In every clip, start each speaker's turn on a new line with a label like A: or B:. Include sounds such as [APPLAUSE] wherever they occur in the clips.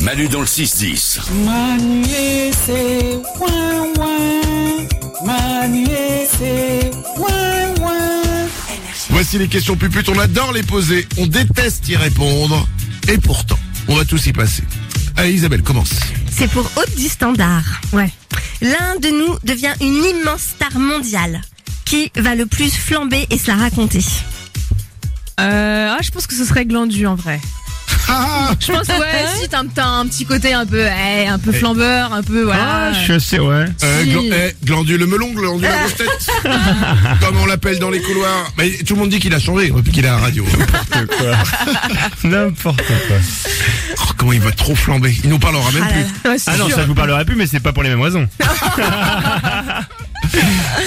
A: Manu dans le 6-10.
B: Manier, c'est ouin ouin. Manier, c'est ouin ouin.
C: Voici les questions puputes, on adore les poser, on déteste y répondre, et pourtant, on va tous y passer. Allez Isabelle, commence.
D: C'est pour Haute du Standard. Ouais. L'un de nous devient une immense star mondiale. Qui va le plus flamber et se la raconter
E: Euh, ah, je pense que ce serait glandu en vrai.
C: Ah,
E: Je pense ouais, si t'as un, t'as un petit côté un peu, eh, un peu flambeur, un peu voilà.
F: je sais, ouais.
C: euh,
E: Si.
C: glan- eh, glandu le melon, glandu la grosse tête, comme on l'appelle dans les couloirs. Mais tout le monde dit qu'il a changé depuis qu'il est à la radio. [LAUGHS]
F: N'importe quoi.
C: Oh, comment il va trop flamber, il nous parlera même
D: Ah là
C: plus.
D: là.
E: Ouais, c'est
F: Ah non,
E: sûr.
F: ça je vous parlera plus, mais c'est pas pour les mêmes raisons.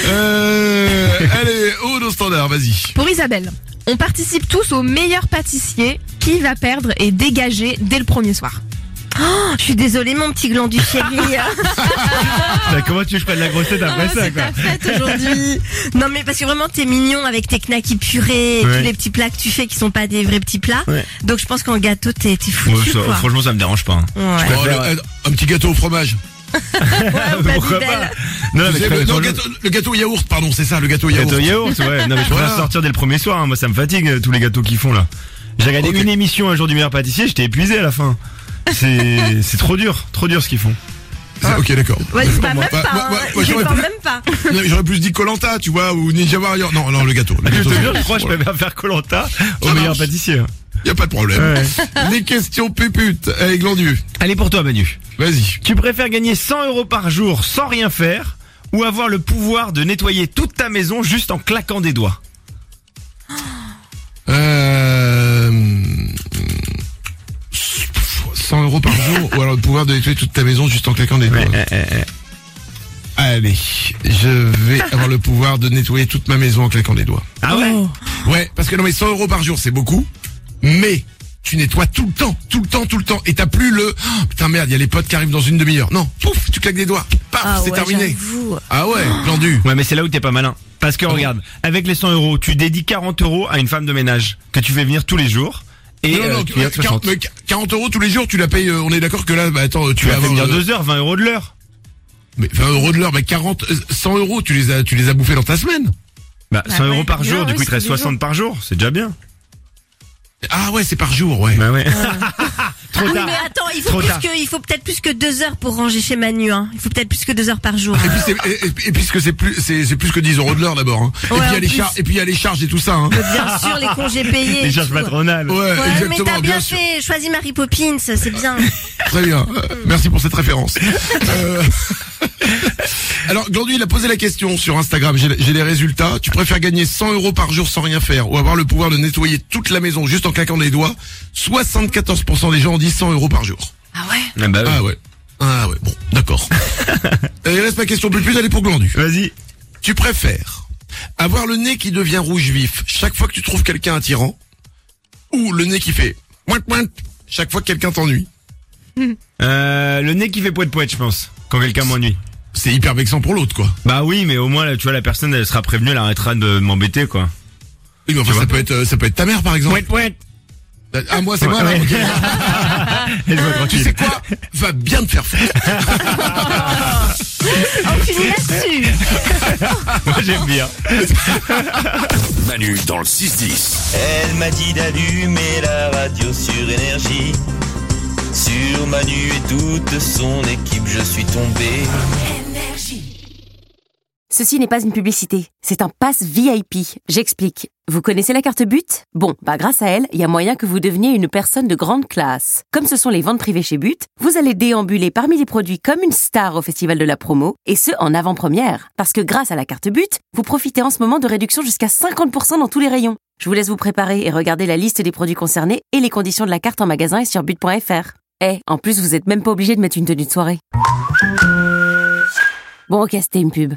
C: Euh, allez, haut au standard, vas-y.
E: Pour Isabelle, on participe tous au meilleur pâtissier qui va perdre et dégager dès le premier soir.
D: Oh, Je suis désolée, mon petit gland du chéri. [LAUGHS]
F: Putain, Comment tu veux que je prenne la grosse tête après ça, quoi
D: fête aujourd'hui. [LAUGHS] Non, mais parce que vraiment, t'es mignon avec tes knackis purés et
F: Ouais.
D: tous les petits plats que tu fais qui sont pas des vrais petits plats.
F: Ouais.
D: Donc, je pense qu'en gâteau, t'es t'es foutu. quoi.
F: franchement, ça me dérange pas. hein.
D: Ouais.
C: Oh, le- euh, un petit gâteau au fromage.
D: pas
F: Pourquoi
D: dit
F: pas
D: d'elle.
F: Non,
C: Vous
F: mais
C: savez,
F: très-
C: non,
F: franchement,
C: gâteau, le gâteau au yaourt, pardon, c'est ça, le gâteau au yaourt.
F: Gâteau yaourt, ouais. Non, [LAUGHS] mais je
C: Voilà.
F: préfère sortir dès le premier soir. hein. Moi, ça me fatigue euh, tous les gâteaux qu'ils font là. J'ai regardé
C: Ok.
F: une émission un jour du meilleur pâtissier, j'étais épuisé à la fin. [LAUGHS] C'est c'est trop dur, trop dur ce qu'ils font.
C: Ah, Ok, d'accord.
D: Ouais, je
C: Moi,
D: parle même
C: moi,
D: pas.
C: moi,
D: hein.
C: moi,
D: Je
C: j'aurais
D: parle
C: pu-
D: même pas.
C: Non, mais J'aurais plus dit Colanta, tu vois, ou Ninja Warrior. Non, non, le gâteau. le
F: Je
C: gâteau,
F: te
C: c'est
F: jure,
C: bon.
F: je crois que je
C: Voilà.
F: préfère faire Colanta au
C: Ça
F: meilleur
C: marche.
F: pâtissier. hein.
C: Y a pas de problème.
F: Ouais.
C: [LAUGHS] Les questions péputes avec Glandu.
F: Allez pour toi, Manu.
C: Vas-y.
F: Tu préfères gagner 100 euros par jour sans rien faire ou avoir le pouvoir de nettoyer toute ta maison juste en claquant des doigts
C: Euh... hum, 100 euros par jour ou alors le pouvoir de nettoyer toute ta maison juste en claquant des doigts. Allez, je vais avoir le pouvoir de nettoyer toute ma maison en claquant des doigts.
F: Ah ouais
C: Ouais, parce que non mais 100 euros par jour c'est beaucoup, mais tu nettoies tout le temps, tout le temps, tout le temps, et t'as plus le Oh, putain merde, il y a les potes qui arrivent dans une demi-heure. Non, pouf, tu claques des doigts, paf,
D: Ah
C: c'est
D: ouais,
C: terminé.
D: j'avoue.
C: Ah ouais, glandu.
F: Ouais, mais c'est là où t'es pas malin. Parce que regarde, avec les 100 euros, tu dédies 40 euros à une femme de ménage que tu fais venir tous les jours. Et
C: Non, non,
F: euh,
C: non,
F: qui vient te
C: 40,
F: 60.
C: mais 40 euros tous les jours, tu la payes, euh, on est d'accord que là, bah attends, tu,
F: Tu vas
C: vas
F: fait venir
C: avoir, euh,
F: 2 heures, 20 euros de l'heure.
C: mais 20 euros de l'heure, mais 40, euh, 100 euros, tu les as, tu les as bouffés dans ta semaine.
F: Bah, 100 euros
E: ouais,
F: par
E: bien,
F: jour, du
E: ouais,
F: coup, il te
E: c'est
F: reste
E: des
F: 60 par jour. C'est déjà bien.
C: Ah ouais, c'est par jour, ouais.
F: Bah ouais. Trop
D: Oui, Ah,
F: tard.
D: mais attends, il faut,
F: Trop
D: plus
F: tard.
D: que, il faut peut-être plus que deux heures pour ranger chez Manu. Hein. Il faut peut-être plus que deux heures par jour.
C: Et puis, c'est- et, et- et puisque c'est plus, c'est c'est plus que 10 euros de l'heure d'abord. hein. et
D: Ouais,
C: puis il y a
D: en
C: les
D: plus.
C: charges, et puis il y a les charges et tout ça. Hein.
D: Bien sûr, les congés payés.
F: Les
D: et
F: charges
D: tout.
F: patronales.
C: Ouais,
D: Ouais, mais
C: exactement,
D: t'as bien,
C: bien sûr.
D: fait. Choisis Mary Poppins, c'est bien.
C: Très bien. Euh, Merci pour cette référence. Euh, [LAUGHS] Alors, Glandu, il a posé la question sur Instagram. J'ai j'ai les résultats. Tu préfères gagner 100 euros par jour sans rien faire ou avoir le pouvoir de nettoyer toute la maison juste en claquant des doigts 74% des gens ont dit 100 euros par jour.
F: Ah bah ouais.
C: Ah ouais. Ah ouais. Bon, d'accord. Et il reste ma question plus plus. Elle est pour Glandu.
F: Vas-y.
C: Tu préfères avoir le nez qui devient rouge vif chaque fois que tu trouves quelqu'un attirant ou le nez qui fait point point chaque fois que quelqu'un t'ennuie
F: Euh, le nez qui fait poète poète, je pense. Quand quelqu'un m'ennuie.
C: C'est hyper vexant pour l'autre, quoi.
F: Bah oui, mais au moins, là, tu vois, la personne, elle sera prévenue, elle arrêtera de m'embêter, quoi. [LAUGHS]
C: Oui, mais enfin, ça peut être, euh, ça peut être ta mère, par exemple.
F: poète.
C: Ah, moi, c'est moi, là,
F: Ouais.
C: ok.
F: [LAUGHS] Elle va
C: Tu
F: tranquille.
C: sais quoi? Va bien te faire foutre.
D: On finit là-dessus.
F: Moi, j'aime bien.
A: Manu dans le 6-10.
G: Elle m'a dit d'allumer la radio sur énergie. Sur Manu et toute son équipe, je suis tombé.
H: Ceci n'est pas une publicité, c'est un pass VIP. J'explique. Vous connaissez la carte But Bon, bah grâce à elle, il y a moyen que vous deveniez une personne de grande classe. Comme ce sont les ventes privées chez But, vous allez déambuler parmi les produits comme une star au Festival de la Promo, et ce en avant-première. Parce que grâce à la carte But, vous profitez en ce moment de réductions jusqu'à 50% dans tous les rayons. Je vous laisse vous préparer et regarder la liste des produits concernés et les conditions de la carte en magasin et sur but.fr. Eh, en plus, vous êtes même pas obligé de mettre une tenue de soirée. Bon, ok, c'était une pub.